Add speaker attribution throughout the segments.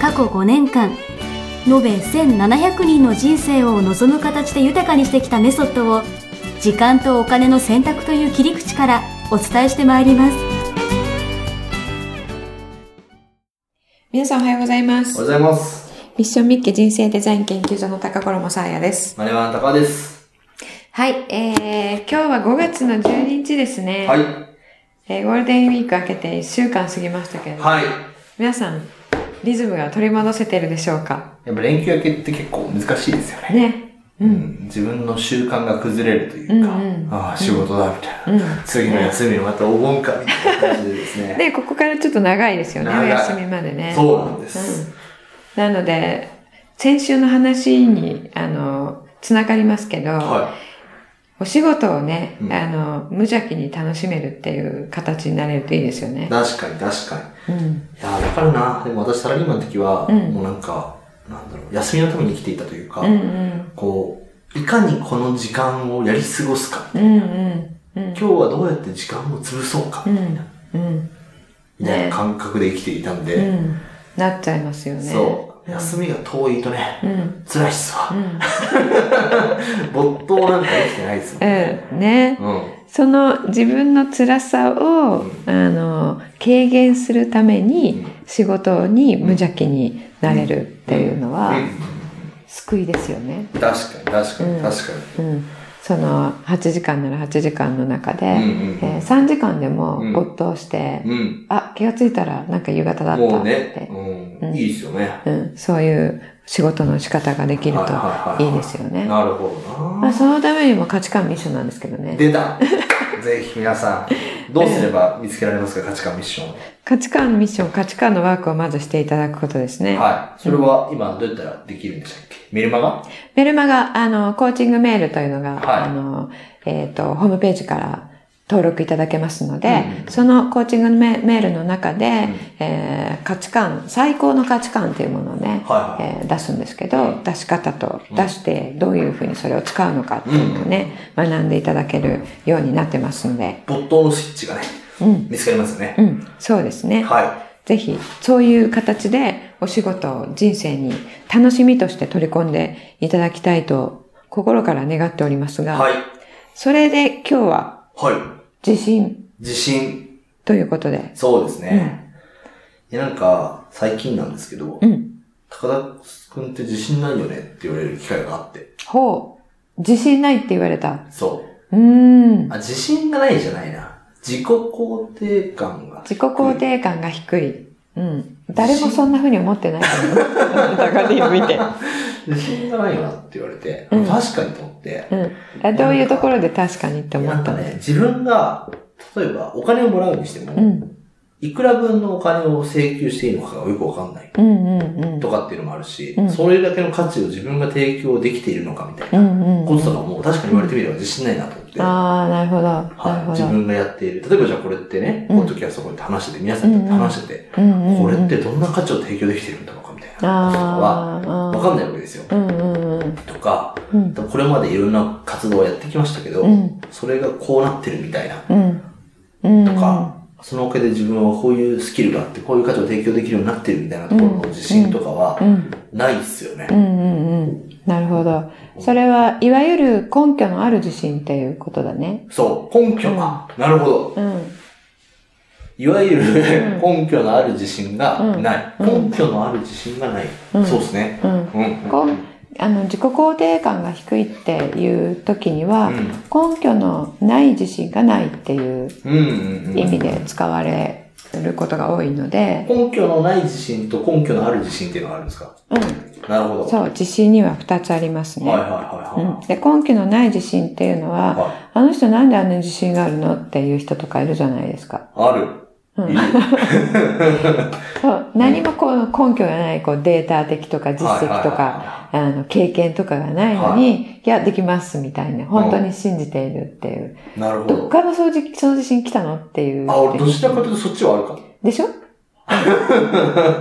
Speaker 1: 過去5年間延べ1700人の人生を望む形で豊かにしてきたメソッドを時間とお金の選択という切り口からお伝えしてまいります
Speaker 2: 皆さんおはようございま
Speaker 3: おは
Speaker 2: す。
Speaker 3: ようございます。
Speaker 2: ミッションミッケ人生デザイン研究所の高頃もさあやです。
Speaker 3: マネワンタカです。
Speaker 2: はい、えー、今日は5月の12日ですね。
Speaker 3: はい。
Speaker 2: えーゴールデンウィーク明けて1週間過ぎましたけれども、
Speaker 3: はい。
Speaker 2: 皆さん、リズムが取り戻せてるでしょうか
Speaker 3: やっぱ連休明けって結構難しいですよね。
Speaker 2: ね。
Speaker 3: うん。自分の習慣が崩れるというか、
Speaker 2: うんうん
Speaker 3: ああ、仕事だみたいな。次の休みまたお盆かみたいな感じでですね。
Speaker 2: で、ここからちょっと長いですよね、お
Speaker 3: 長い
Speaker 2: 休みまでね。
Speaker 3: そうなんです。
Speaker 2: なので、先週の話に、あの、つながりますけど、
Speaker 3: は
Speaker 2: お仕事をね、
Speaker 3: うん
Speaker 2: あの、無邪気に楽しめるっていう形になれるといいですよ
Speaker 3: い。
Speaker 2: ね。
Speaker 3: 確かに確かに。
Speaker 2: うん。
Speaker 3: いやー、わかるな。でも私サラリーマンの時は、
Speaker 2: うん
Speaker 3: もうなんか、なんだろう、休みのために生きていたというか、
Speaker 2: うんうん。
Speaker 3: こう、いかにこの時間をやり過ごすか。
Speaker 2: うんうん。うん。
Speaker 3: 今日はどうやって時間を潰そうか、
Speaker 2: う
Speaker 3: みたい
Speaker 2: ん
Speaker 3: な。
Speaker 2: うん。
Speaker 3: みたいな感覚で生きていたんで、
Speaker 2: うん。なっちゃいますよね。
Speaker 3: そう。休みが遠いとね、
Speaker 2: うん。
Speaker 3: 辛いっす
Speaker 2: う
Speaker 3: わ。
Speaker 2: ん。
Speaker 3: 没頭なんかできてないっすもんね。
Speaker 2: うん。ね。
Speaker 3: うん。
Speaker 2: その自分の辛さを、あの、軽減するために、仕事に無邪気になれるっていうのは、救いですよね。
Speaker 3: 確かに、確か
Speaker 2: うん
Speaker 3: に、確か
Speaker 2: うん。その、8時間なら8時間の中で、
Speaker 3: に。うんうん
Speaker 2: えー3時間でも
Speaker 3: うん
Speaker 2: 没頭して、
Speaker 3: うん。
Speaker 2: あ、気がついたらなんか夕方だ
Speaker 3: うん。
Speaker 2: った
Speaker 3: も
Speaker 2: っ
Speaker 3: う
Speaker 2: て
Speaker 3: ね、、
Speaker 2: う
Speaker 3: うんん。いいっすよね。
Speaker 2: うん、そういう仕事の仕方ができると
Speaker 3: はいはい
Speaker 2: い
Speaker 3: はいはい
Speaker 2: いですよね。
Speaker 3: なるほど
Speaker 2: まあ、
Speaker 3: な。
Speaker 2: そのためにも価値観ミッションなんですけどね。
Speaker 3: 出た。ぜひ皆さん、どうすれば見つけられますか、価値観ミッションを。
Speaker 2: 価値観ミッション、価値観のワークをまずしていただくことですね。
Speaker 3: はい。それは今どうやったらできるんでしたっけメルマガ
Speaker 2: メルマガ、あの、コーチングメールというのが、
Speaker 3: はい
Speaker 2: あの、えっ、と、ホームページから登録いただけますので、
Speaker 3: うん
Speaker 2: そのコーチングメメールの中で、えー価値観、最高の価値観というものをね、
Speaker 3: はいはい
Speaker 2: えー出すんですけど、出し方と、出してどういうふうにそれを使うのかっていうのをね、学んでいただけるようになってますので、
Speaker 3: 没頭のスイッチがね、
Speaker 2: うん、
Speaker 3: 見つかりますよね
Speaker 2: う。ん、そうですね。
Speaker 3: は
Speaker 2: ぜひ、そういう形でお仕事を人生に楽しみとして取り込んでいただきたいと心から願っております
Speaker 3: い。
Speaker 2: が、
Speaker 3: はい。
Speaker 2: それで今日は
Speaker 3: は
Speaker 2: 自信
Speaker 3: い。自信。
Speaker 2: ということで、
Speaker 3: そうですね。いや、なんか、最近なんですけど、
Speaker 2: うん。
Speaker 3: 高田くんって自信ないよねって言われる機会があって。
Speaker 2: ほう、自信ないって言われた。
Speaker 3: そう
Speaker 2: ーん
Speaker 3: う。。あ、自信がないじゃないな。自己肯定感が。
Speaker 2: 自己肯定感が低い。うん。誰もそんな風に思ってないと思う。ダガリー見て。
Speaker 3: 自信がないよなって言われて、
Speaker 2: うん
Speaker 3: 確かにと思って。
Speaker 2: うん あ。どういうところで確かにって思
Speaker 3: なん
Speaker 2: った
Speaker 3: か
Speaker 2: の、
Speaker 3: ね、自分が、例えばお金をもらうにしても、
Speaker 2: うん。
Speaker 3: いくら分のお金を請求していいのかがよくわかんない。
Speaker 2: うんうんうん。
Speaker 3: とかっていうのもあるし、
Speaker 2: うん
Speaker 3: それだけの価値を自分が提供できているのかみたい
Speaker 2: うんう
Speaker 3: なこ
Speaker 2: ん
Speaker 3: ととかも確かに言われてみれば自信ないなと思って。
Speaker 2: うん。ああ、なるほど。な
Speaker 3: はい、
Speaker 2: るほ
Speaker 3: 自
Speaker 2: ど。
Speaker 3: 分がやっている。例えばじゃあこれってね、
Speaker 2: うん
Speaker 3: この時はそこで話してて、皆さんと話してて、
Speaker 2: うんうんうん
Speaker 3: これってどんな価値を提供できてるんだろうかみたいなことは、
Speaker 2: ああ。
Speaker 3: わかんないわけですよ。
Speaker 2: うんうんうん。
Speaker 3: とか、
Speaker 2: うん
Speaker 3: これまでいろんな活動をやってきましたけど、
Speaker 2: うん
Speaker 3: それがこうなってるみたいな。
Speaker 2: うん。うん。
Speaker 3: とか、そのおかげで自分はこういうスキルがあって、こういう価値を提供できるようになってるみたいなところの自信とか
Speaker 2: う
Speaker 3: は、
Speaker 2: ん。
Speaker 3: ないっすよね
Speaker 2: うんう。んうん。なるほど。それは、いわゆる根拠のある自信っていうことだね。
Speaker 3: そう、根拠が、なるほど。
Speaker 2: うん。
Speaker 3: いわゆる根拠のある自信がない。根拠のある自信がない。
Speaker 2: うん
Speaker 3: そうですね。
Speaker 2: うん。
Speaker 3: うん
Speaker 2: こうあの自己肯定感が低いっていう時には、根拠のない自信がないっていう
Speaker 3: うんうんうん
Speaker 2: 意味で使われることが多いので、
Speaker 3: 根拠のない自信と根拠のある自信っていうのがあるんですか
Speaker 2: う
Speaker 3: なるほど。
Speaker 2: ん、そう自信には2つありますね、
Speaker 3: はいはいはい
Speaker 2: うん
Speaker 3: は、い。
Speaker 2: で根拠のない自信っていうのは、
Speaker 3: は
Speaker 2: あの人なんであんなに自信があるのっていう人とかいるじゃないですか。
Speaker 3: ある。
Speaker 2: うん
Speaker 3: いる
Speaker 2: そう、何もこう根拠がないこうデータ的とか実績と
Speaker 3: はいはい
Speaker 2: か、あの経験とかがないのに、い、や、できますみたいな、本当に信じているっていう。
Speaker 3: なるほ
Speaker 2: どっ
Speaker 3: ど。
Speaker 2: からその自その自信来たのっていう。
Speaker 3: あ、俺どちらかというとそっちはあるかも。
Speaker 2: でしょ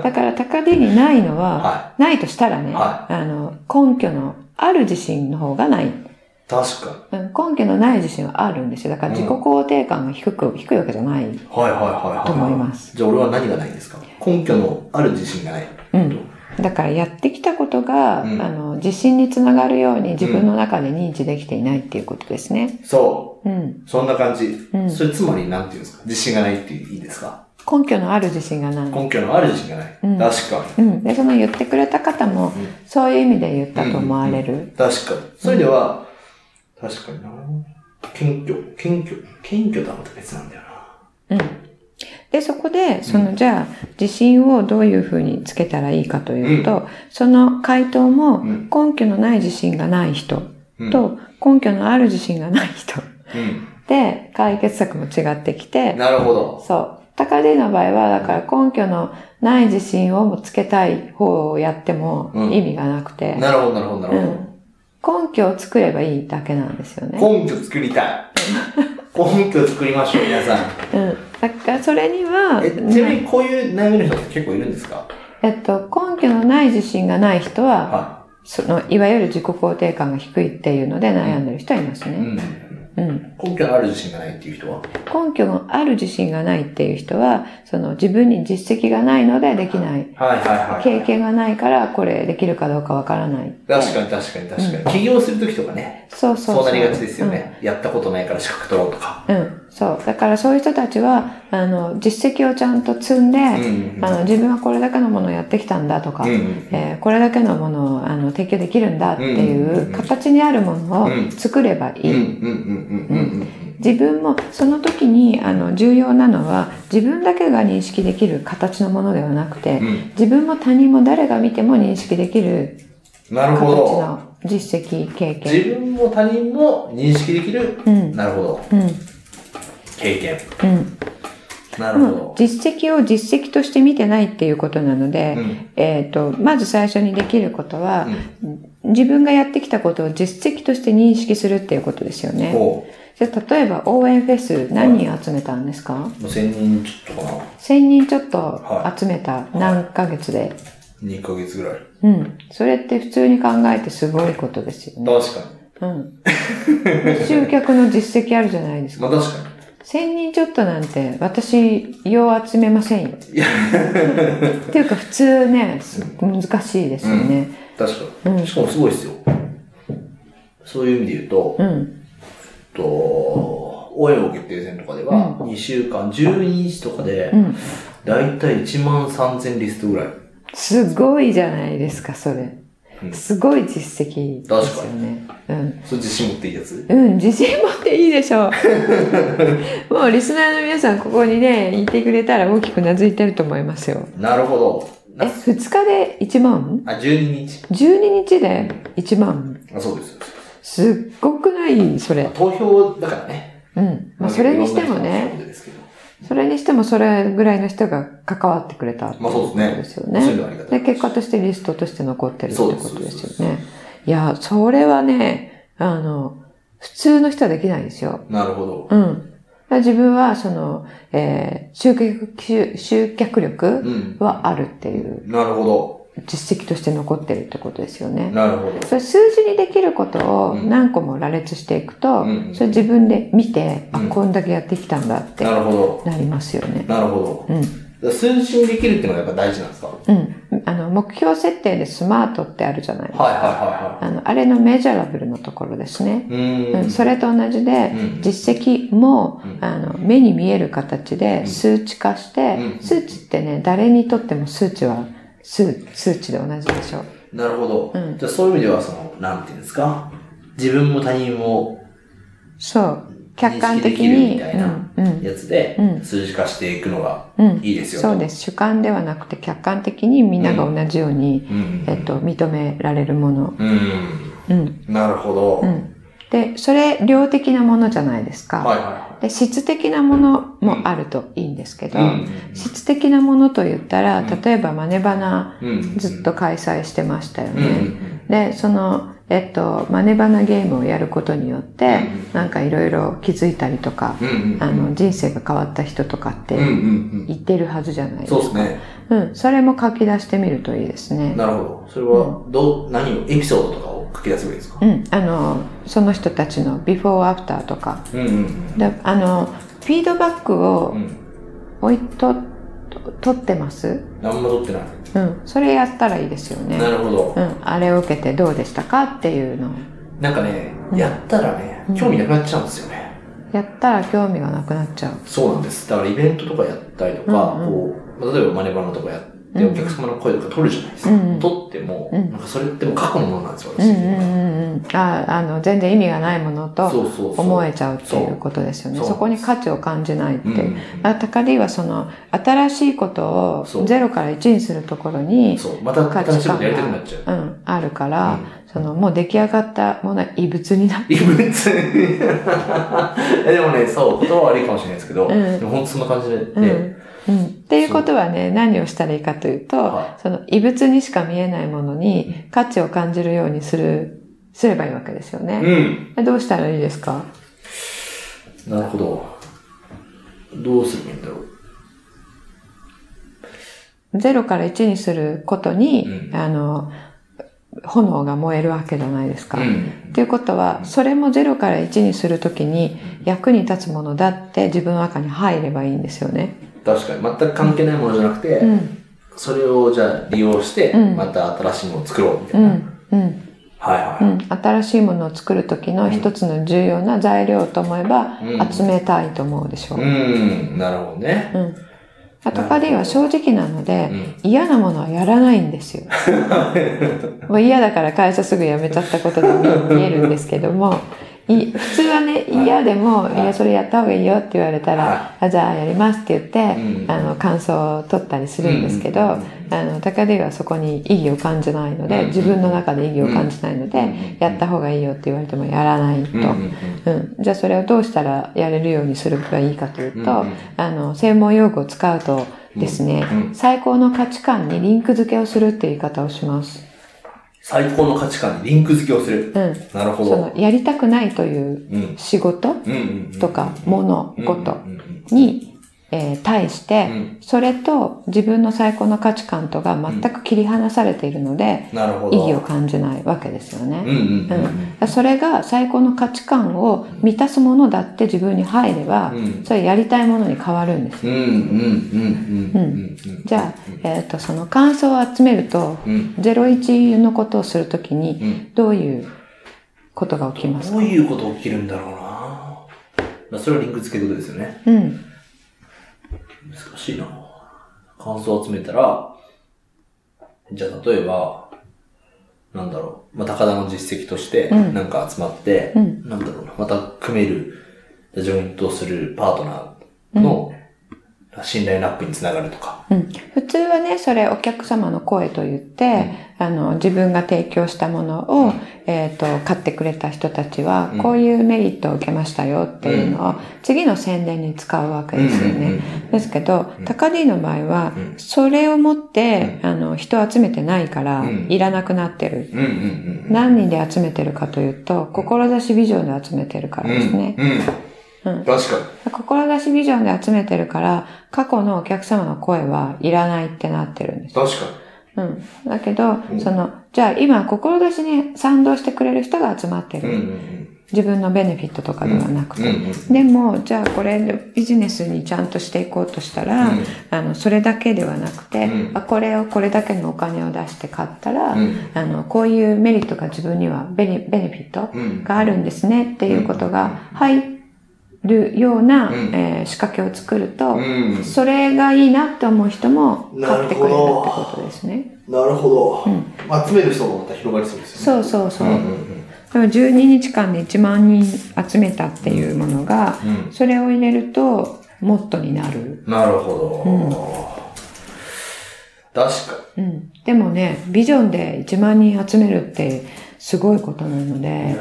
Speaker 2: だから高値にないのは、
Speaker 3: は
Speaker 2: ないとしたらね、
Speaker 3: は
Speaker 2: あの、根拠のある自信の方がない。うん
Speaker 3: 確か
Speaker 2: 根拠のない自信はあるんですよ。だから自己肯定感が低く、低いわけじゃない。
Speaker 3: に。はいはいはいはいはい。
Speaker 2: と思います
Speaker 3: じゃあ俺は何がないんですか根拠のある自信がない。
Speaker 2: うん。だからやってきたことが、
Speaker 3: うん
Speaker 2: あの、自信につながるように自分の中で認知できていないっていうことですね。
Speaker 3: そ
Speaker 2: うん。
Speaker 3: う。そんな感じ。
Speaker 2: うん
Speaker 3: それつまりなんて言うんですか自信がないっていいですか
Speaker 2: 根拠のある自信がない。
Speaker 3: 根拠のある自信がない。
Speaker 2: うん
Speaker 3: 確か
Speaker 2: うん。で、その言ってくれた方も、
Speaker 3: に。うん
Speaker 2: そういう意味で言ったと思われる。
Speaker 3: 確かに。そういう意味では、確かにな。謙虚、謙虚、謙虚とはまた別なんだよ
Speaker 2: う
Speaker 3: な。
Speaker 2: ん。で、そこで、その、じゃあ、自信をどういうふうにつけたらいいかというと、その回答も、
Speaker 3: うん
Speaker 2: 根拠のない自信がない人
Speaker 3: うん、
Speaker 2: と、根拠のある自信がない人
Speaker 3: うん。
Speaker 2: で、解決策も違ってきて、
Speaker 3: なるほど。
Speaker 2: そう。高での場合は、だから根拠のない自信をつけたい方をやっても
Speaker 3: うん
Speaker 2: 意味がなくて、
Speaker 3: なるほど、なるほど、なるほ
Speaker 2: 根拠を作ればいいだけなんですよね。
Speaker 3: ど。根拠作りたい。根拠作りましょう、皆さん。
Speaker 2: うん。だからそれには、
Speaker 3: え、ちなみ
Speaker 2: ね
Speaker 3: にこういう悩みの人って結構いるんですか
Speaker 2: えっと、根拠のない自信がない人は、
Speaker 3: は
Speaker 2: その、いわゆる自己肯定感が低いっていうので悩んでる人はいます
Speaker 3: い。う
Speaker 2: ね。
Speaker 3: ん。
Speaker 2: うん。
Speaker 3: 根拠のある自信がないっていう人は
Speaker 2: 根拠のある自信がないっていう人は、その、自分に実績がないのでできない。
Speaker 3: はいはいはい。
Speaker 2: 経験がないから、これできるかどうかわからない。
Speaker 3: 確かに確かに確かに。起業するときとかね、
Speaker 2: そうそう
Speaker 3: そうなりがちですよね。やったことないから資格取ろうとか。
Speaker 2: うん。うん。そう。だからそういう人たちは、あの、実績をちゃんと積んで、
Speaker 3: うん
Speaker 2: あの、自分はこれだけのものをやってきたんだとか、
Speaker 3: うんうん
Speaker 2: えーこれだけのものをあの提供できるんだってい
Speaker 3: うんうんう
Speaker 2: う、
Speaker 3: ん
Speaker 2: 形にあるもの
Speaker 3: う
Speaker 2: を
Speaker 3: ん
Speaker 2: 作ればい
Speaker 3: うん
Speaker 2: い。
Speaker 3: うんうんうんうんうん。
Speaker 2: 自分もその時にあの重要なのは自分だけが認識できる形のものではなくて、
Speaker 3: うん
Speaker 2: 自分も他人も誰が見ても認識できる
Speaker 3: なる
Speaker 2: 形
Speaker 3: ほど。
Speaker 2: の実績経験、
Speaker 3: 自分も他人も認識できる。
Speaker 2: うん
Speaker 3: なるほど。
Speaker 2: うん
Speaker 3: 経験。
Speaker 2: うん、
Speaker 3: な
Speaker 2: で
Speaker 3: るほ
Speaker 2: も
Speaker 3: ど。
Speaker 2: 実績を実績として見てないっていうことなので、
Speaker 3: うん
Speaker 2: えっとまず最初にできることは、自分がやってきたことを実績として認識するっていうことですよね。
Speaker 3: ほ
Speaker 2: じゃあ例えば応援フェス何人集めたんですか
Speaker 3: う。もう1000人ちょっとかな。
Speaker 2: 1000人ちょっと
Speaker 3: は
Speaker 2: 集めた何ヶ月で、
Speaker 3: 2ヶ月ぐらい。
Speaker 2: うん。それって普通に考えてすごいことですよね。
Speaker 3: 確か
Speaker 2: うん。集客の実績あるじゃないです
Speaker 3: に。
Speaker 2: か。
Speaker 3: まあ確か
Speaker 2: 1000人ちょっとなんて私、よう集めませんよ。
Speaker 3: に。いや、
Speaker 2: っていうか普通ね、す難しいですよね。
Speaker 3: 確
Speaker 2: う
Speaker 3: か
Speaker 2: ん
Speaker 3: に。しかもすごいですよ。そういう意味で言うと、
Speaker 2: うん。
Speaker 3: えっと、応援王決定戦とかでは、2週間、12日とかで
Speaker 2: うん、
Speaker 3: だいたい1万3000リストぐらい。
Speaker 2: すごいじゃないですか、それ。
Speaker 3: うん
Speaker 2: すごい実績ですよね。うん。
Speaker 3: それ自信持っていいやつ
Speaker 2: うん、自信持っていいでし ょう。もうリスナーの皆さん、ここにね、いてくれたら大きくなずいてると思いますよ。
Speaker 3: なるほど。
Speaker 2: え、
Speaker 3: な
Speaker 2: 2日で1万
Speaker 3: あ、12日。
Speaker 2: ?12 日で1万
Speaker 3: あ、そうです。
Speaker 2: すっごくないそれ。
Speaker 3: 投票だからね。
Speaker 2: うん。まあ、それにしてもね、。それにしてもそれぐらいの人が関わってくれたってい
Speaker 3: まあそうです
Speaker 2: こと
Speaker 3: ね
Speaker 2: ですよ
Speaker 3: そうい
Speaker 2: ね
Speaker 3: うのはありが。た
Speaker 2: で、
Speaker 3: いです
Speaker 2: 結果としてリストとして残ってるってこ
Speaker 3: そう
Speaker 2: と
Speaker 3: で
Speaker 2: ですすよね。いや、それはね、あの、普通の人はできないですよ。
Speaker 3: なるほど。
Speaker 2: うん。自分は、その、えー集客、集集客
Speaker 3: う
Speaker 2: 力
Speaker 3: ん。
Speaker 2: はあるっていう、
Speaker 3: なるほど。
Speaker 2: 実績として残ってるってことですよね。
Speaker 3: なるほど。
Speaker 2: それ数字にできることを
Speaker 3: うん
Speaker 2: 何個も羅列していくと、
Speaker 3: うん
Speaker 2: それ自分で見て、
Speaker 3: うん
Speaker 2: あ、こんだけやってきたんだって
Speaker 3: なるほど。
Speaker 2: なりますよね。
Speaker 3: なるほ
Speaker 2: うん。
Speaker 3: ど。数字にできるっていうのがやっぱ大事なんですかはい
Speaker 2: うん。あの、目標設定でスマートってあるじゃないですか。
Speaker 3: はいは
Speaker 2: あの、あれのメジャラブルのところですね。
Speaker 3: いはい。う
Speaker 2: う
Speaker 3: ー
Speaker 2: ん、
Speaker 3: ん。
Speaker 2: それと同じで、
Speaker 3: うん
Speaker 2: 実績も、
Speaker 3: うん
Speaker 2: あの、目に見える形で数値化して、
Speaker 3: うん
Speaker 2: 数値ってね、誰にとっても数値は数、数値で同じでしょ。
Speaker 3: なるほど
Speaker 2: うん。
Speaker 3: じゃあそういう意味では、その、なんていうんですか自分も他人も
Speaker 2: そう。
Speaker 3: 認
Speaker 2: 客観
Speaker 3: 識で
Speaker 2: 的
Speaker 3: きる
Speaker 2: に、
Speaker 3: みたいな
Speaker 2: うん、うん。
Speaker 3: やつで
Speaker 2: うん、
Speaker 3: 数字化していくのが
Speaker 2: うん
Speaker 3: いいですよ
Speaker 2: そうです。主観ではなくて客観的にみんなが同じように、
Speaker 3: うん
Speaker 2: えっと、認められるもの。
Speaker 3: うん。
Speaker 2: うん。
Speaker 3: なるほど。
Speaker 2: う
Speaker 3: はい
Speaker 2: ん。で、それ、量的なものじゃないですか。
Speaker 3: はいは
Speaker 2: で質的なものもあるといいんですけど、
Speaker 3: うん
Speaker 2: 質的なものと言ったら、
Speaker 3: うん
Speaker 2: 例えばマネバナ
Speaker 3: うん
Speaker 2: ずっと開催してましたよ
Speaker 3: うんうん
Speaker 2: ね。で、その、えっと、マネバナゲームをやることによって、
Speaker 3: うん
Speaker 2: なんかいろいろ気づいたりとか、
Speaker 3: うんうん
Speaker 2: あの、人生が変わった人とかっ
Speaker 3: うんうん
Speaker 2: て
Speaker 3: うん
Speaker 2: 言ってるはずじゃないです
Speaker 3: そ
Speaker 2: か。
Speaker 3: うですね。
Speaker 2: うん、それも書き出してみるといいですね。
Speaker 3: なるほど。それは、どう、何を、エピソードとかを書き出せばいいですか
Speaker 2: うん、あの、その人たちのビフォーアフターとか、
Speaker 3: うんうん
Speaker 2: であの、フィードバック
Speaker 3: う
Speaker 2: を
Speaker 3: ん。うん。
Speaker 2: 置いと、と取ってます
Speaker 3: 何も取ってない。
Speaker 2: うん、それやったらいいですよ
Speaker 3: な
Speaker 2: ね。
Speaker 3: るほど
Speaker 2: う。ん、あれを受けてどうでしたかっていうのを。
Speaker 3: なんかね、
Speaker 2: うん
Speaker 3: やったらね
Speaker 2: うん、
Speaker 3: 興味なくなっちゃうんですよね。
Speaker 2: やったら興味がなくなっちゃう。
Speaker 3: そうなんです。だからイベントとかやったりとか、
Speaker 2: うんうん
Speaker 3: こう、まあ例えばマネバナとかやって、
Speaker 2: うん
Speaker 3: お客様の声とか取るじゃないですか。
Speaker 2: うんうん
Speaker 3: 取っても、
Speaker 2: うん
Speaker 3: なんかそれってもう過去のものなんですよ、
Speaker 2: う
Speaker 3: 私
Speaker 2: んう
Speaker 3: 的
Speaker 2: ん
Speaker 3: には
Speaker 2: うんうん。あ、あの、全然意味がないものと
Speaker 3: そうそうそう。
Speaker 2: 思えちゃうっていうことですよね。
Speaker 3: そう
Speaker 2: そこに価値を感じないって
Speaker 3: う
Speaker 2: い
Speaker 3: ん
Speaker 2: う。
Speaker 3: うん
Speaker 2: あ高利はその新しいこと
Speaker 3: そ
Speaker 2: を
Speaker 3: う
Speaker 2: ゼロから1にするところに
Speaker 3: そう。また新しいことやりたくなっちゃう。
Speaker 2: うん、あるか
Speaker 3: う
Speaker 2: ら、
Speaker 3: ん
Speaker 2: そのもう出来上がったものは異物になる。
Speaker 3: 異物 えでもね、そう、言葉悪いかもしれないですけど、
Speaker 2: うん
Speaker 3: でも本当そんな感じで、
Speaker 2: うんうん、っていうことはね、何をしたらいいかというと
Speaker 3: は、
Speaker 2: その異物にしか見えないものに価値を感じるようにする、すればいいわけですよ
Speaker 3: う
Speaker 2: ね。
Speaker 3: ん。
Speaker 2: どうしたらいいですか
Speaker 3: なるほど。どうすればいいんだろう。
Speaker 2: ゼロから1にすることに、
Speaker 3: うん
Speaker 2: あの、炎が燃えるわけじゃないですか。
Speaker 3: うん。
Speaker 2: っていうことは、それも0から1にするときに役に立つものだって自分の中に入ればいいんですよね。
Speaker 3: 確かに、全く関係ないものじゃなくて、
Speaker 2: うん。
Speaker 3: それをじゃあ利用して、
Speaker 2: うん
Speaker 3: また新しいものを作ろうみた
Speaker 2: う
Speaker 3: いな。
Speaker 2: ん。うん。
Speaker 3: はいは
Speaker 2: う
Speaker 3: い。
Speaker 2: ん。新しいものを作るときの一つの重要な材料と思えば
Speaker 3: うん
Speaker 2: 集めたいと思うでしょう。
Speaker 3: うん、なるほどね。
Speaker 2: うん。あとカディは正直なの
Speaker 3: う
Speaker 2: で、
Speaker 3: ん。
Speaker 2: 嫌なものはやらないん ですよ。もう嫌だから会社すぐ辞めちゃったことで見えるんですけども、い普通はね、
Speaker 3: はい
Speaker 2: 嫌でも、
Speaker 3: はい
Speaker 2: いや、それやった方がいいよって言われた
Speaker 3: は
Speaker 2: ら、あじゃあやりますって言って、
Speaker 3: うん
Speaker 2: あの、感想を取ったりするんですけど、
Speaker 3: うん
Speaker 2: あの、高出はそこに意義を感じないの
Speaker 3: う
Speaker 2: で
Speaker 3: ん、
Speaker 2: 自分の中で意義を感じないの
Speaker 3: う
Speaker 2: で
Speaker 3: ん、
Speaker 2: やった方がいいよって言われてもやらないと。
Speaker 3: うんうん
Speaker 2: うん、じゃあそれをどうしたらやれるようにすればいいかというと、
Speaker 3: うんうん
Speaker 2: あの専門用語を使うとですね、
Speaker 3: うんうん
Speaker 2: 最高の価値観にリンク付けをするっていう言い方をします、
Speaker 3: 最高の価値観にリンク付けをする。
Speaker 2: うん、
Speaker 3: なるほ
Speaker 2: そ
Speaker 3: ど
Speaker 2: の。やりたくないという
Speaker 3: うん。
Speaker 2: 仕事
Speaker 3: うんうんうん。
Speaker 2: とか物
Speaker 3: うん、
Speaker 2: 事
Speaker 3: うんうん
Speaker 2: に、えー対し
Speaker 3: う
Speaker 2: て
Speaker 3: ん。
Speaker 2: それと自分の最高の価値観とが全く切り離されているので、
Speaker 3: なるほ
Speaker 2: 意
Speaker 3: ど。
Speaker 2: 義を感じないわけですよね、
Speaker 3: うんうんうん
Speaker 2: それが最高の価値観を満たすものだって自分に入れば、
Speaker 3: うん
Speaker 2: それやりたいものに変わるんです。
Speaker 3: うんうんうんうんうんうん
Speaker 2: じゃあ、えっ、と、その感想を集めると、
Speaker 3: うん
Speaker 2: 01のことをするとき
Speaker 3: う
Speaker 2: に、
Speaker 3: ん
Speaker 2: どういうことが起きます
Speaker 3: ど
Speaker 2: か
Speaker 3: ういうこと起きるんだろうなまあそれはリンク付けることですよね
Speaker 2: うん。
Speaker 3: 難しいな感想を集めたらじゃあ例えばなんだろう、まあ、高田の実績として
Speaker 2: うん
Speaker 3: なんか集まって、
Speaker 2: うん
Speaker 3: なんだろうなまた組めるジョイントするパートナーの信頼ラップにつながるとか、
Speaker 2: うん、普通はね、それお客様の声と言って、あの、自分が提供したものを、
Speaker 3: うん
Speaker 2: えっ、と、買ってくれた人たちは
Speaker 3: うん、
Speaker 2: こういうメリットを受けましたよっていうのを、次の宣伝に使うわけですよね。
Speaker 3: うんうんうん
Speaker 2: ですけど、高 D の場合は
Speaker 3: うん、
Speaker 2: それを持って、あの、人を集めてないから
Speaker 3: うん、
Speaker 2: いらなくなってる。
Speaker 3: うんうんうん
Speaker 2: 何人で集めてるかというと、志ビジョンで集めてるからですね。
Speaker 3: うん、う
Speaker 2: うん
Speaker 3: ん、確かに
Speaker 2: 志ビジョンで集めてるから、過去のお客様の声はいらないってなってるんです。
Speaker 3: 確か
Speaker 2: うん。だけど、
Speaker 3: ん
Speaker 2: その、じゃあ今、志に賛同してくれる人が集まって
Speaker 3: に
Speaker 2: る。
Speaker 3: うんうん
Speaker 2: 自分のベネフィットとかではなくて。
Speaker 3: うんうん
Speaker 2: でも、じゃあこれでビジネスにちゃんとしていこうとしたら、
Speaker 3: うん
Speaker 2: あの、それだけではなくて、
Speaker 3: うん
Speaker 2: あこれをこれだけのお金を出して買ったら、
Speaker 3: うん
Speaker 2: あの、こういうメリットが自分にはベネベネフィット
Speaker 3: うんうん
Speaker 2: があるんですねっていうことが入るような、
Speaker 3: うん
Speaker 2: えー仕掛けを作ると、
Speaker 3: うん
Speaker 2: それがいいなって思う人も買ってくれるって
Speaker 3: なるほど
Speaker 2: ことですね。
Speaker 3: なるほ
Speaker 2: うん
Speaker 3: ど、集める人もまた広がりそうですよね
Speaker 2: そうそうそう。
Speaker 3: んうんうん
Speaker 2: でも12日間で1万人集めたっていうものが、
Speaker 3: うん
Speaker 2: それを入れるともっとになる。
Speaker 3: なるほど、
Speaker 2: うん
Speaker 3: 確か
Speaker 2: うん、でもね、ビジョンで1万人集めるってすごいことなので、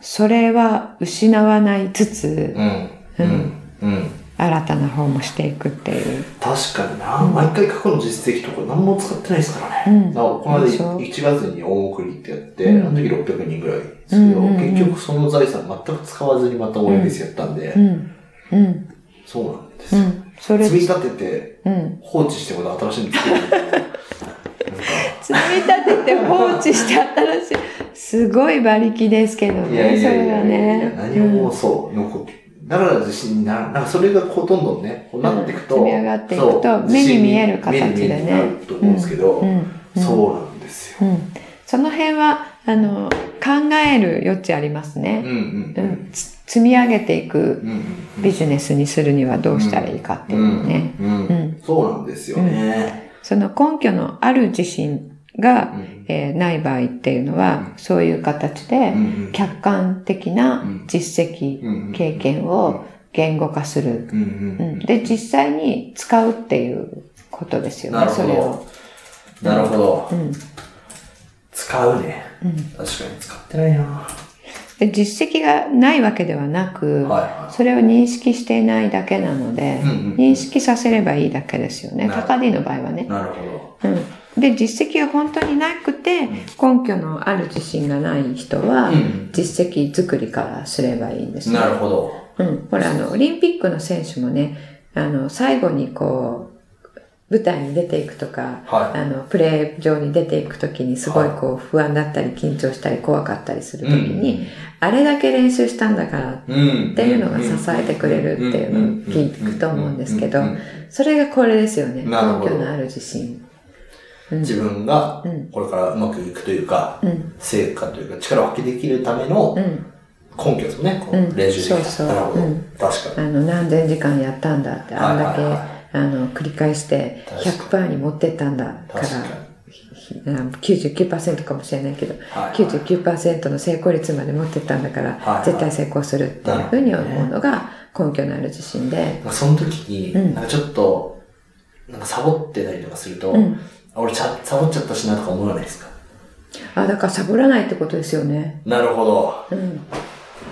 Speaker 2: それは失わないつつ、
Speaker 3: にうんう
Speaker 2: うんん。
Speaker 3: うん。
Speaker 2: 新たな方もしていくっていう。
Speaker 3: 確かにな、毎回過去の実績とか何も使ってないですから
Speaker 2: う
Speaker 3: ね。
Speaker 2: ん
Speaker 3: なおこの間
Speaker 2: でしょ
Speaker 3: 1月に大送りってやって、
Speaker 2: うん
Speaker 3: あの時600人ぐらいですけど、
Speaker 2: うんうんうん
Speaker 3: 結局その財産全く使わずにまた大イベスやったんで、
Speaker 2: うん。うん。
Speaker 3: そうなんです
Speaker 2: う
Speaker 3: よ。
Speaker 2: ん。それ、
Speaker 3: 積み
Speaker 2: 積
Speaker 3: 立てて
Speaker 2: うん
Speaker 3: 放置してまた新しいの作る。
Speaker 2: み立てて放置して新しい。すごい馬力ですけど
Speaker 3: いや
Speaker 2: ね、
Speaker 3: い
Speaker 2: そ
Speaker 3: や
Speaker 2: れはい
Speaker 3: いややいや、
Speaker 2: ね。
Speaker 3: 何もそう、残って。だから自信にならなんかそれがこうどんどんね、こうなっていくと、
Speaker 2: うん積み上がっていくと
Speaker 3: そう
Speaker 2: 目に見える形でね
Speaker 3: 自信に目に見えるようになると思うんですけど、
Speaker 2: うんうんうん
Speaker 3: そうなんですよ。
Speaker 2: うん。うんその辺は、あの、考える余地あります
Speaker 3: うん
Speaker 2: ね。
Speaker 3: うん
Speaker 2: う
Speaker 3: うん
Speaker 2: ん。つ積み上げていく
Speaker 3: うんうんうん
Speaker 2: ビジネスにするにはどうしたらいいかっていうね。
Speaker 3: うん
Speaker 2: う
Speaker 3: そうなんですよね。
Speaker 2: その根拠のある自信が、
Speaker 3: うん
Speaker 2: えーない場合っていうのは、そういう形で
Speaker 3: うんうん
Speaker 2: 客観的な実績、
Speaker 3: うん
Speaker 2: 経験を言語化する、
Speaker 3: うんう
Speaker 2: うんん。で、実際に使うっていうことですよ
Speaker 3: な
Speaker 2: ね、
Speaker 3: るほ
Speaker 2: そ
Speaker 3: ど
Speaker 2: れを。
Speaker 3: なるほど
Speaker 2: う。ん
Speaker 3: 使うね。
Speaker 2: うん
Speaker 3: 確かに使ってないな。
Speaker 2: で実績がないわけではなく、
Speaker 3: はいはい
Speaker 2: それを認識していないだけなので、
Speaker 3: うんうん
Speaker 2: 認識させればいいだけですよね。
Speaker 3: なるほど
Speaker 2: 高 D の場合はね。
Speaker 3: なるほ
Speaker 2: うん、で実績が本当になくて根拠のある自信がない人は、
Speaker 3: うん
Speaker 2: 実績作りからすればいいんです
Speaker 3: ど。
Speaker 2: ね
Speaker 3: なるほど。
Speaker 2: うん、ほらあのオリンピックの選手もねあの最後にこう舞台に出ていくとか、
Speaker 3: はい
Speaker 2: あのプレー上に出ていく時にすごい
Speaker 3: はい
Speaker 2: こう不安だったり緊張したり怖かったりする時に、
Speaker 3: うんうん
Speaker 2: あれだけ練習したんだからっ
Speaker 3: うん。
Speaker 2: ていうのが支えてくれるっていうのを聞くと思うんですけど
Speaker 3: うんうんうんうん
Speaker 2: それがこれですよね根
Speaker 3: なるほど
Speaker 2: 拠のある自信。
Speaker 3: 自分が
Speaker 2: うん
Speaker 3: これからうまくいくというか
Speaker 2: うん、
Speaker 3: 成果というか力を発揮できるための
Speaker 2: うん
Speaker 3: 根拠ですよね。こう
Speaker 2: うん
Speaker 3: 練習で
Speaker 2: そう
Speaker 3: きた。
Speaker 2: そう
Speaker 3: なるほど
Speaker 2: うん。
Speaker 3: 確
Speaker 2: あ
Speaker 3: かに。
Speaker 2: の何千時間やったんだってあんだけ、
Speaker 3: はいはいはい
Speaker 2: あの繰り返して
Speaker 3: 確
Speaker 2: 100%に持ってったんだか
Speaker 3: 確
Speaker 2: ら
Speaker 3: か
Speaker 2: ひあの99%かもしれないけど、
Speaker 3: はいはい
Speaker 2: 99%の成功率まで持ってったんだから、
Speaker 3: はいはい
Speaker 2: 絶対成功するっていうふうに思うのが根拠のある自信で、
Speaker 3: なんかその時に、
Speaker 2: うん
Speaker 3: なんかちょっと、なんかサボってたりとかすると、
Speaker 2: うん
Speaker 3: あ俺ちゃサボっちゃったしなとか思わないですか
Speaker 2: あだからサボらないってことですよね。
Speaker 3: なるほど。
Speaker 2: うん、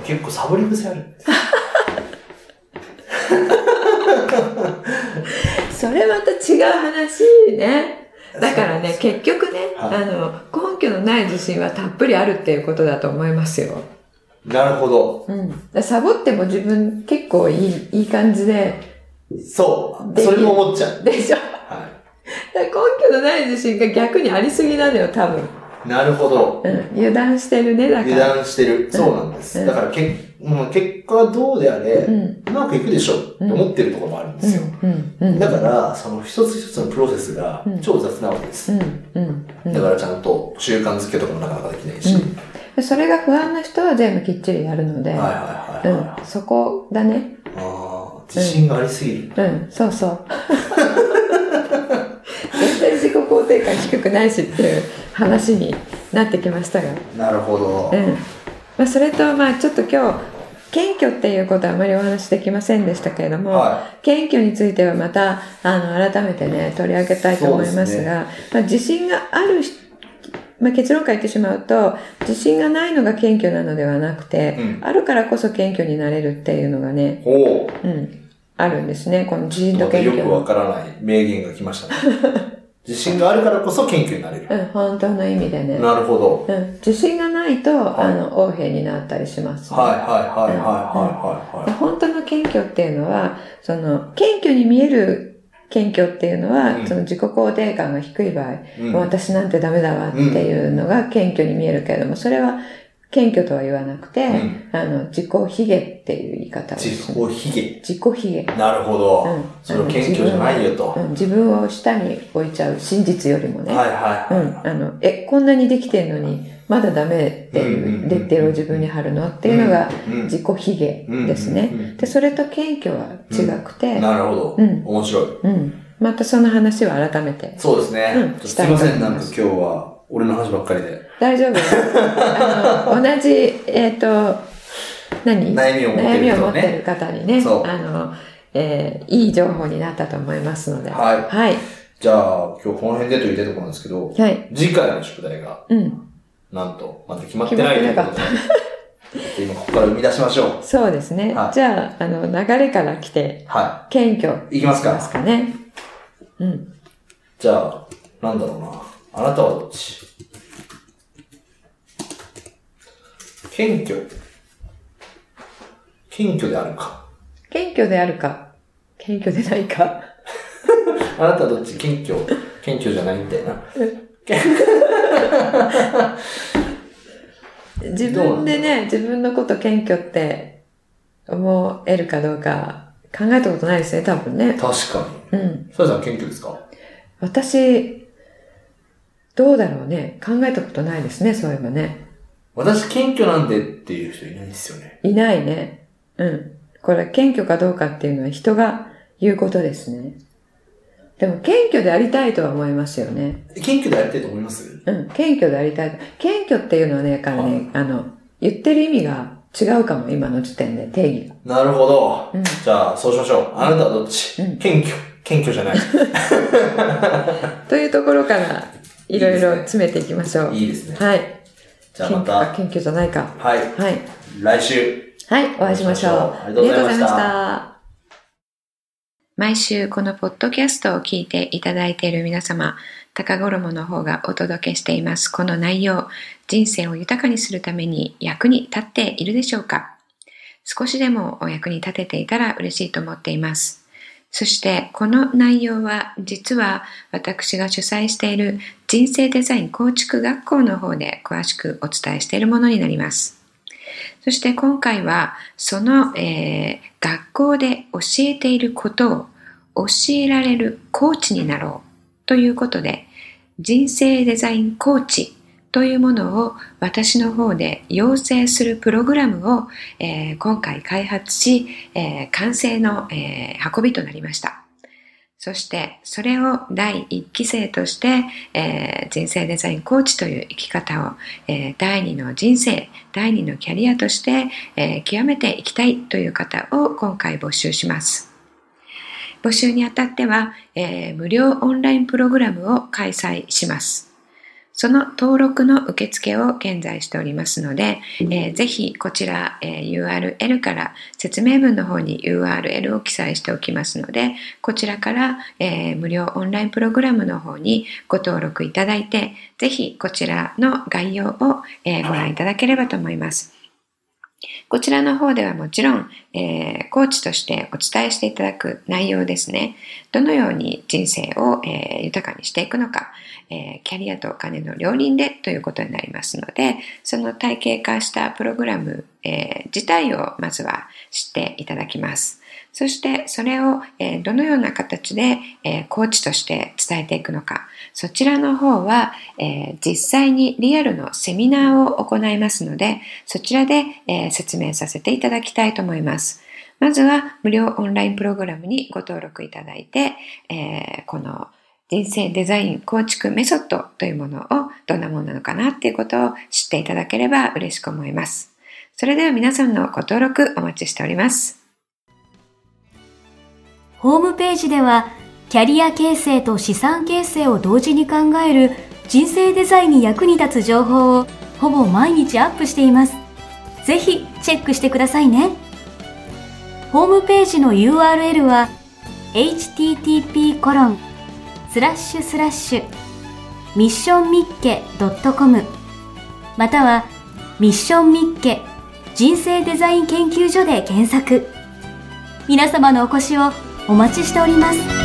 Speaker 3: 結構サボり癖あるんです
Speaker 2: それまた違う話ね。だからね、結局ね、
Speaker 3: はい
Speaker 2: あの、根拠のない自信はたっぷりあるっていうことだと思いますよ。
Speaker 3: なるほど。
Speaker 2: うん、だからサボっても自分結構いいいい感じで
Speaker 3: そう。
Speaker 2: で
Speaker 3: それも思っちゃう。
Speaker 2: でしょだか
Speaker 3: は
Speaker 2: ら根拠のない自信が逆にありすぎなのよ多分、
Speaker 3: い。なるほど。
Speaker 2: うん、油断してるねだか
Speaker 3: 油
Speaker 2: ら
Speaker 3: 断してる。そうなんです。
Speaker 2: うん
Speaker 3: だからけ、もう結果はどうであれ、う
Speaker 2: うん
Speaker 3: まくいくでしょって思ってるところもあるんですよ。
Speaker 2: うんうん
Speaker 3: だから、その一つ一つのプロセスが超雑なわけです。
Speaker 2: うんうんうん
Speaker 3: だからちゃんと習慣づけとかもなかなかできないし。
Speaker 2: うんでそれが不安な人は全部きっちりやるので、
Speaker 3: はいはいはいはい。
Speaker 2: うん、そこだね
Speaker 3: ああ、自信がありすぎる。
Speaker 2: うんそうそう絶対自己肯定感低くないしっていう話になってきましたが
Speaker 3: なるほど。
Speaker 2: うんまあ、それとまあちょっと今日謙虚っていうことはあまりお話しできませんでしたけれども、
Speaker 3: は
Speaker 2: 謙虚についてはまたあの改めてね取り上げたいと思いま
Speaker 3: そうです
Speaker 2: す
Speaker 3: ね
Speaker 2: がまあ、自信がある人まあ、結論から言ってしまうと自信がないのが謙虚なのではなくて、
Speaker 3: うん
Speaker 2: あるからこそ謙虚になれるっていうのがね、
Speaker 3: おお。
Speaker 2: うん、あるんですねこの自信と
Speaker 3: また
Speaker 2: 謙
Speaker 3: よ
Speaker 2: 虚
Speaker 3: く
Speaker 2: の
Speaker 3: わからない名言が来ましたね。自信があるからこそ謙虚になれる。
Speaker 2: うん、本当の意味でね、
Speaker 3: なるほど。
Speaker 2: うん、自信がないと、
Speaker 3: い
Speaker 2: あの横柄になったりしますね、
Speaker 3: はいはいはいはいはいはい。
Speaker 2: 本当の謙虚っていうのは、その、謙虚に見える謙虚っていうのは、
Speaker 3: うん
Speaker 2: その自己肯定感が低い場合、
Speaker 3: うん
Speaker 2: もう私なんてダメだわっていうのが謙虚に見えるけれども、それは謙虚とは言わなくて、
Speaker 3: うん
Speaker 2: あの、自己卑下っていう言い方をし
Speaker 3: 自
Speaker 2: ます。
Speaker 3: 己卑下。
Speaker 2: 自己卑下。
Speaker 3: なるほど
Speaker 2: うん。
Speaker 3: それは謙虚じゃないよと。
Speaker 2: う
Speaker 3: は
Speaker 2: ん自分を下に置いちゃう真実よりも
Speaker 3: い
Speaker 2: ね、
Speaker 3: はい
Speaker 2: うん、あの、え、こんなにできてんのに、まだダメって
Speaker 3: うんうんうん
Speaker 2: い
Speaker 3: うん
Speaker 2: う、レッテルを自分に貼るのっていうのが
Speaker 3: うんうん、
Speaker 2: 自己卑下です
Speaker 3: うんうんうん
Speaker 2: ね。で、それと謙虚は違くて、
Speaker 3: なるほど。
Speaker 2: うん
Speaker 3: 面白い。
Speaker 2: うん。またその話を改めて。
Speaker 3: そうですね
Speaker 2: う。ん
Speaker 3: すいませ
Speaker 2: したいと思
Speaker 3: ん、
Speaker 2: い
Speaker 3: なん
Speaker 2: ま
Speaker 3: か今
Speaker 2: す
Speaker 3: 日は俺の話ばっかりで。
Speaker 2: 大丈夫あの、同じ、えっと、何
Speaker 3: 悩みを持ってる人ね
Speaker 2: 悩みを持ってる方にね、
Speaker 3: そう
Speaker 2: あの、えーいい情報になったと思いますので。
Speaker 3: はい
Speaker 2: はい。
Speaker 3: じゃあ今日この辺でと言いたいところなんですけど、
Speaker 2: はい
Speaker 3: 次回の宿題が
Speaker 2: うん。
Speaker 3: なんとまだ決まってないということで。っていうのをここから生み出しましょう。
Speaker 2: そうですね。
Speaker 3: はい
Speaker 2: じゃあ、あの、流れから来て、
Speaker 3: は
Speaker 2: 謙虚。
Speaker 3: い。いきます
Speaker 2: で
Speaker 3: か。
Speaker 2: すかね。うん。
Speaker 3: じゃあ、なんだろうな。あなたはどっち謙虚。謙虚であるか。
Speaker 2: 謙虚であるか、謙虚でないか。
Speaker 3: あなたはどっち謙虚。謙虚じゃないみたいな。
Speaker 2: 自分でね、自分のこと謙虚って思えるかどうか考えたことないですね、多分ね。
Speaker 3: 確か
Speaker 2: うん。
Speaker 3: に。さやさん謙虚ですか
Speaker 2: 私、どうだろうね。考えたことないですね、そういえばね。
Speaker 3: 私謙虚なんでっていう人いないですよね。
Speaker 2: いないね。うん。これ、謙虚かどうかっていうのは人が言うことですね。でも、謙虚でありたいとは思いますよね。
Speaker 3: 謙虚でありたいと思います
Speaker 2: うん。謙虚でありたい。謙虚っていうのはね、からね、あの、言ってる意味が違うかも、今の時点で、定義が。
Speaker 3: なるほど。
Speaker 2: うん
Speaker 3: じゃあ、そうしましょう。あなたはどっち、
Speaker 2: うん
Speaker 3: 謙 虚。謙虚じゃない。
Speaker 2: というところから、いろいろ詰めていきましょう。
Speaker 3: いいですね。
Speaker 2: はい。
Speaker 3: じゃあ
Speaker 2: 謙
Speaker 3: ま
Speaker 2: 虚か
Speaker 3: た、
Speaker 2: 謙虚じゃないか。
Speaker 3: はい。
Speaker 2: はい。
Speaker 3: 来週。
Speaker 2: はい、お会いしましょう。
Speaker 3: ありがと
Speaker 2: あ
Speaker 3: うございました
Speaker 2: りがとうございました。毎週このポッドキャストを聞いていただいている皆様、高衣の方がお届けしています。この内容、人生を豊かにするために役に立っているでしょうか少しでもお役に立てていたら嬉しいと思っています。そしてこの内容は実は私が主催している人生デザイン構築学校の方で詳しくお伝えしているものになります。そして今回はその、えー学校で教えていることを教えられるコーチになろうということで人生デザインコーチというものを私の方で養成するプログラムを、えー今回開発し、えー完成の、えー運びとなりました。そしてそれを第1期生として、えー人生デザインコーチという生き方を、えー第2の人生第二のキャリアとして、えー極めていきたいという方を今回募集します。募集にあたっては、えー無料オンラインプログラムを開催します。その登録の受付を現在しておりますので、えーぜひこちら、えー URL から説明文の方に URL を記載しておきますので、こちらから、えー無料オンラインプログラムの方にご登録いただいて、ぜひこちらの概要をえーご覧いただければと思います。こちらの方ではもちろん、えーコーチとしてお伝えしていただく内容ですね。どのように人生を、えー豊かにしていくのか、えーキャリアとお金の両輪でということになりますので、その体系化したプログラム、えー自体をまずは知っていただきます。そしてそれを、えーどのような形で、えーコーチとして伝えていくのか、そちらの方は、えー実際にリアルのセミナーを行いますので、そちらで、えー説明させていただきたいと思います。まずは無料オンラインプログラムにご登録いただいて、えーこの人生デザイン構築メソッドというものをどんなものなのかなっていうことを知っていただければ嬉しく思います。それでは皆さんのご登録お待ちしております。
Speaker 1: ホームページでは、キャリア形成と資産形成を同時に考える人生デザインに役に立つ情報をほぼ毎日アップしています。ぜひチェックしてくださいね。ホームページの URL は http コロンスラッシュスラッシュミッションミッケ .com またはミッションミッケ人生デザイン研究所で検索。皆様のお越しをお待ちしております。